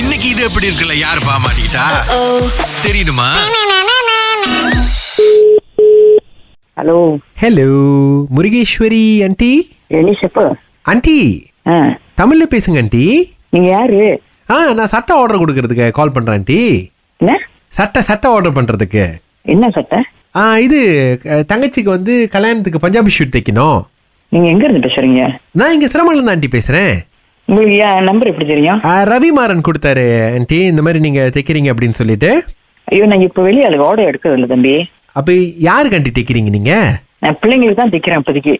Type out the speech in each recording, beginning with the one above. இன்னைக்கு இது எப்படி இருக்குல்ல யாரு பாமாட்டா தெரியுமா hello hello Murugeswari aunty Elizabeth aunty ஆ தமிழ்ல பேசுங்க ஆண்டி நீங்க யாரு ஆ நான் சட்டை ஆர்டர் கொடுக்கறதுக்கு கால் பண்றேன் ஆண்டி என்ன சட்டை சட்டை ஆர்டர் பண்றதுக்கு என்ன சட்டை ஆ இது அஹ், தங்கச்சிக்கு வந்து கல்யாணத்துக்கு பஞ்சாபி ஷூட் தைக்கணும் நீங்க எங்க இருந்து பேசுறீங்க நான் இங்க சிரமம் தான் ஆண்டி பேசுறேன் உங்களுக்கு என் நம்பர் எப்படி தெரியும் ஆ, ரவி மாறன் கொடுத்தாரு ஆண்டி இந்த மாதிரி நீங்க தைக்கிறீங்க அப்படின்னு சொல்லிட்டு ஐயோ நான் இப்ப வெளியே அதுக்கு ஆர்டர் எடுக்கிறது இல்லை தம்பி அப்ப யாருக்கு ஆண்டி தைக்கிறீங்க நீங்க நான் பிள்ளைங்களுக்கு தான் தைக்கிறேன் இப்போதைக்கு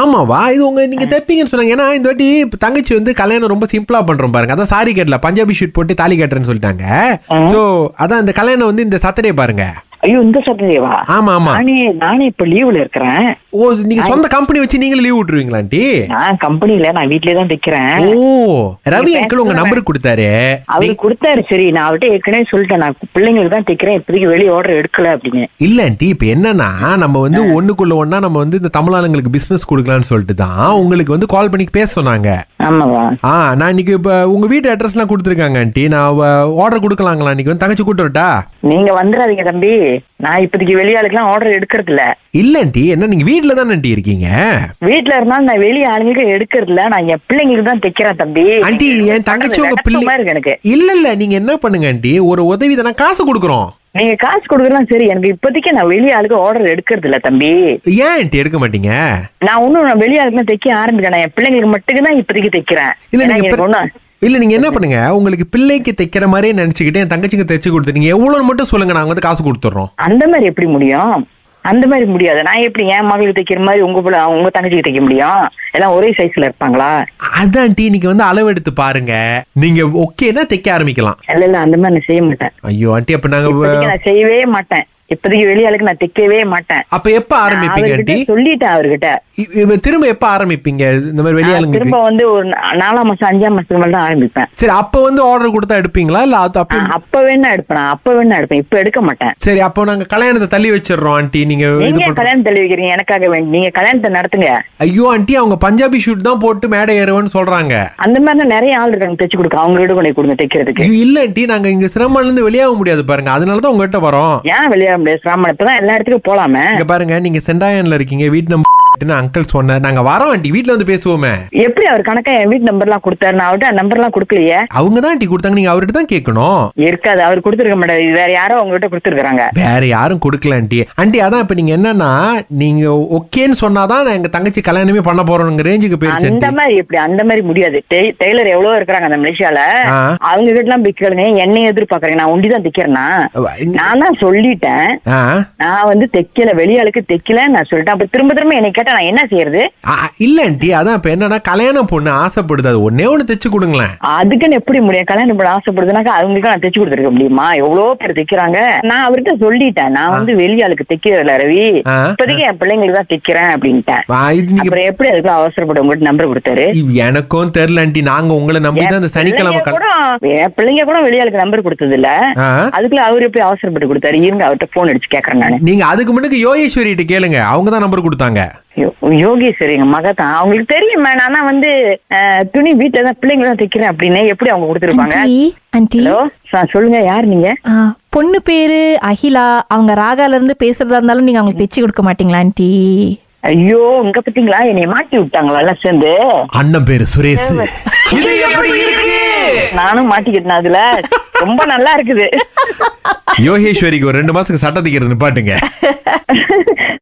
ஆமாவா இது உங்க நீங்க தைப்பீங்கன்னு சொன்னாங்க ஏன்னா இந்த வாட்டி இப்ப தங்கச்சி வந்து கல்யாணம் ரொம்ப சிம்பிளா பண்றோம் பாருங்க அதான் சாரி கட்டல பஞ்சாபி ஷூட் போட்டு தாலி கட்டுறேன்னு சொல்லிட்டாங்க சோ அதான் இந்த கல்யாணம் வந்து இந்த சாட்டர்டே பாருங்க ஐயோ இந்த சட்டதேவா ஆமா ஆமா நானே நானே இப்ப லீவ்ல இருக்கிறேன் ஓ நீங்க சொந்த கம்பெனி வச்சு நீங்களும் லீவ் விட்டுருவீங்களா ஆண்டி நான் கம்பெனில நான் வீட்லயே தான் தைக்கிறேன் ஓ ரவி அங்கிள் உங்க நம்பர் கொடுத்தாரு அவரு கொடுத்தாரு சரி நான் அவர்கிட்ட ஏற்கனவே சொல்லிட்டேன் நான் பிள்ளைங்களுக்கு தான் தைக்கிறேன் இப்போதைக்கு வெளியே ஆர்டர் எடுக்கல அப்படின்னு இல்ல ஆண்டி இப்ப என்னன்னா நம்ம வந்து ஒண்ணுக்குள்ள ஒண்ணா நம்ம வந்து இந்த தமிழாளங்களுக்கு பிசினஸ் கொடுக்கலாம்னு சொல்லிட்டு தான் உங்களுக்கு வந்து கால் பண்ணி பேச சொன்னாங்க ஆமாவா ஆ நான் இன்னைக்கு இப்ப உங்க வீட்டு அட்ரஸ்லாம் கொடுத்துருக்காங்க ஆண்டி நான் ஆர்டர் கொடுக்கலாங்களா இன்னைக்கு வந்து தங்கச்சி கூட்டு வரட்டா நீங்க வந்துடாதீங்க தம்பி நான் இப்போதைக்கு வெளியாளுக்கெல்லாம் ஆர்டர் எடுக்கிறது இல்ல இல்ல ஆண்டி என்ன நீங்க வீட்ல தான் ஆண்டி இருக்கீங்க வீட்ல இருந்தாலும் நான் வெளிய ஆளுங்களுக்கு எடுக்கிறது இல்ல நான் என் பிள்ளைங்களுக்கு தான் தைக்கிறேன் தம்பி ஆண்டி என் தங்கச்சி உங்க வெறுப்பா பிள்ளை இருக்கு எனக்கு இல்ல இல்ல நீங்க என்ன பண்ணுங்க ஆண்டி ஒரு உதவி தானே காசு கொடுக்குறோம் நீங்க காசு கொடுக்கலாம் சரி எனக்கு இப்போதைக்கு நான் வெளிய ஆளுக்கு ஆர்டர் எடுக்கிறது இல்ல தம்பி ஏன் ஆண்டி எடுக்க மாட்டீங்க நான் ஒன்னும் நான் வெளிய ஆளுக்குலாம் தைக்க ஆரம்பிக்கிறேன் நான் என் பிள்ளைங்களுக்கு மட்டும் தான் இப்போதைக்கு தைக்கிறேன் இல்ல ஏன்னா நீங்க எனக்கு பிற- ஒண்ணும் இல்ல நீங்க என்ன பண்ணுங்க உங்களுக்கு பிள்ளைக்கு தைக்கிற மாதிரியே நினைச்சுக்கிட்டு என் தங்கச்சிக்கு தைச்சு கொடுத்து நீங்க எவ்வளவு மட்டும் சொல்லுங்க நாங்க வந்து காசு கொடுத்துறோம் அந்த மாதிரி எப்படி முடியும் அந்த மாதிரி முடியாது நான் எப்படி என் மகளுக்கு தைக்கிற மாதிரி உங்க பிள்ளை உங்க தங்கச்சிக்கு தைக்க முடியும் எல்லாம் ஒரே சைஸ்ல இருப்பாங்களா அதான் ஆண்டி நீங்க வந்து அளவு எடுத்து பாருங்க நீங்க ஓகேன்னா தைக்க ஆரம்பிக்கலாம் இல்ல இல்ல அந்த மாதிரி நான் செய்ய மாட்டேன் ஐயோ ஆண்டி அப்ப நாங்க இப்போதைக்கு நான் செய்யவே மாட்டேன் இப்போதைக்கு வெளிய ஆளுக்கு நான் தைக்கவே மாட்டேன் அப்ப எப்ப ஆரம்பிப்பீங்க அவர்கிட்ட ஆண்டி சொல்லிட்டேன் அவர்கிட்ட இ- இவ திரும்ப எப்ப ஆரம்பிப்பீங்க இந்த மாதிரி நான் வெளியாளுங்களுக்கு திரும்ப வந்து ஒரு நா- நாலாம் மாசம் அஞ்சாம் மாசத்துக்கு மேல தான் ஆரம்பிப்பேன் சரி அப்ப வந்து ஆர்டர் கொடுத்தா எடுப்பீங்களா இல்ல அது ஆ, அப்ப அப்ப வேணா எடுப்பேன் நான் அப்ப வேணா எடுப்பேன் இப்ப எடுக்க மாட்டேன் சரி அப்போ நாங்க கல்யாணத்தை தள்ளி வச்சிடுறோம் ஆண்டி நீங்க இது நீங்க பண்ற கல்யாணம் தெளிவிக்கிறீங்க எனக்காக வேண்டி நீங்க கல்யாணத்தை நடத்துங்க ஐயோ ஆண்டி அவங்க பஞ்சாபி ஷூட் தான் போட்டு மேடை ஏறுவேன்னு சொல்றாங்க அந்த மாதிரி நிறைய ஆள் இருக்காங்க தைச்சு கொடுக்க அவங்களோட கொண்டு கொடுங்க தைக்கிறதுக்கு ஐயோ, இல்ல ஆண்டி நாங்க இங்க சிரமம்ல இருந்து வெளியாக முடியாது பாருங்க அதனாலதான் உங்ககிட்ட வரோம் ஏன் வெளியாக முடியாது சிராமணம் இப்பதான் எல்லா இடத்துக்கும் போலாமே இங்க பாருங்க நீங்க செண்டாயன்ல இருக்கீங்க வீட்டு நம்பர் அங்கிள் சொன்னார் நாங்க வரோம் ஆண்டி வீட்ல வந்து பேசுவோமே எப்படி அவர் கணக்கா என் வீட்டு நம்பர்லாம் கொடுத்தாரு நான் அவர்கிட்ட நம்பர்லாம் கொடுக்கலையே அவங்க தான் ஆண்டி கொடுத்தாங்க நீங்க அவர்கிட்ட தான் கேட்கணும் இருக்காது அவர் கொடுத்துருக்க மாட்டாரு இது வேற யாரோ அவங்ககிட்ட கொடுத்துருக்காங்க வேற யாரும் கொடுக்கல ஆண்டி ஆண்டி அதான் இப்ப நீங்க என்னன்னா நீங்க ஓகேன்னு சொன்னாதான் நான் எங்க தங்கச்சி கல்யாணமே பண்ண போறோங்கிற ரேஞ்சுக்கு போயிருச்சு அந்த ஆண்டி மாதிரி எப்படி அந்த மாதிரி முடியாது டெய்- டெய்லர் எவ்வளவோ இருக்கிறாங்க அந்த மலேசியால ஆ. அவங்க கிட்ட எல்லாம் பிக்கிறேங்க என்னைய எதிர்பார்க்கறீங்க நான் ஒண்டி தான் தைக்கிறேன்னா அவ- இங்க- நானா சொல்லிட்டேன் ஆ நான் வந்து தைக்கல வெளியாளுக்கு தைக்கல நான் சொல்லிட்டேன் அப்ப திரும்ப திரும்ப என்னை கேட்டா நான் என்ன செய்யறது ஆ, இல்ல ஆண்டி அதான் இப்ப என்னன்னா கல்யாணம் பொண்ணு ஆசைப்படுது அது ஒன்னே ஒண்ணு தைச்சு கொடுங்களேன் அதுக்குன்னு எப்படி முடியும் கல்யாணம் பண்ண ஆசைப்படுதுனாக்கா அவங்களுக்கு நான் தைச்சு கொடுத்துருக்க முடியுமா எவ்வளவு பேர் தைக்கிறாங்க நான் அவர்கிட்ட சொல்லிட்டேன் நான் வந்து வெளியாளுக்கு தைக்கிறதில்ல ரவி ஆ. இப்போதைக்கு என் பிள்ளைங்களுக்கு தான் தைக்கிறேன் அப்படின்ட்டேன் வா, இது நீங்க அப்புறம் எப்படி அதுக்குள்ள அவசரப்பட உங்ககிட்ட நம்பர் கொடுத்தாரு இவ் எனக்கும் தெரியல ஆண்டி நாங்க உங்களை நம்பி தான் இந்த சனிக்கிழமை பிள்ளைங்க கல்- கூட- என் பிள்ளைங்க கூட வெளியாளுக்கு நம்பர் கொடுத்தது இல்ல ஆ. அதுக்குள்ள அவர் எப்படி அவசரப்பட்டு கொடுத்தாரு இருங்க அவர்கிட்ட போன் அடிச்சு கேக்குறேன் நானு நீங்க அதுக்கு முன்னுக்கு யோகேஸ்வரி கிட்ட கேளுங்க அவங்க தான் நம்பர் கொடுத்தாங்க யோ- யோகி சார் எங்க மக தான் அவங்களுக்கு தெரியும் மேம் ஆனா வந்து அஹ், துணி வீட்டுல தான் பிள்ளைங்க தான் தைக்கிறேன் அப்படின்னு எப்படி அவங்க கொடுத்துருப்பாங்க ஆண்டி ஆண்டி ஹலோ சொல்லுங்க யார் நீங்க ஆ, பொண்ணு பேரு அகிலா அவங்க ராகால இருந்து பேசுறதா இருந்தாலும் நீங்க அவங்களுக்கு தைச்சு கொடுக்க மாட்டீங்களா ஆண்டி ஐயோ இங்க பாத்தீங்களா என்னைய மாட்டி விட்டாங்களா எல்லாம் சேர்ந்து அண்ணன் பேரு சுரேஷ் இது எப்படி இருக்கு நானும் மாட்டிக்கிட்டேன் அதுல ரொம்ப நல்லா இருக்குது யோகேஸ்வரிக்கு ஒரு ரெண்டு மாசத்துக்கு சட்டை தைக்கிறது நிப்பாட்டுங்க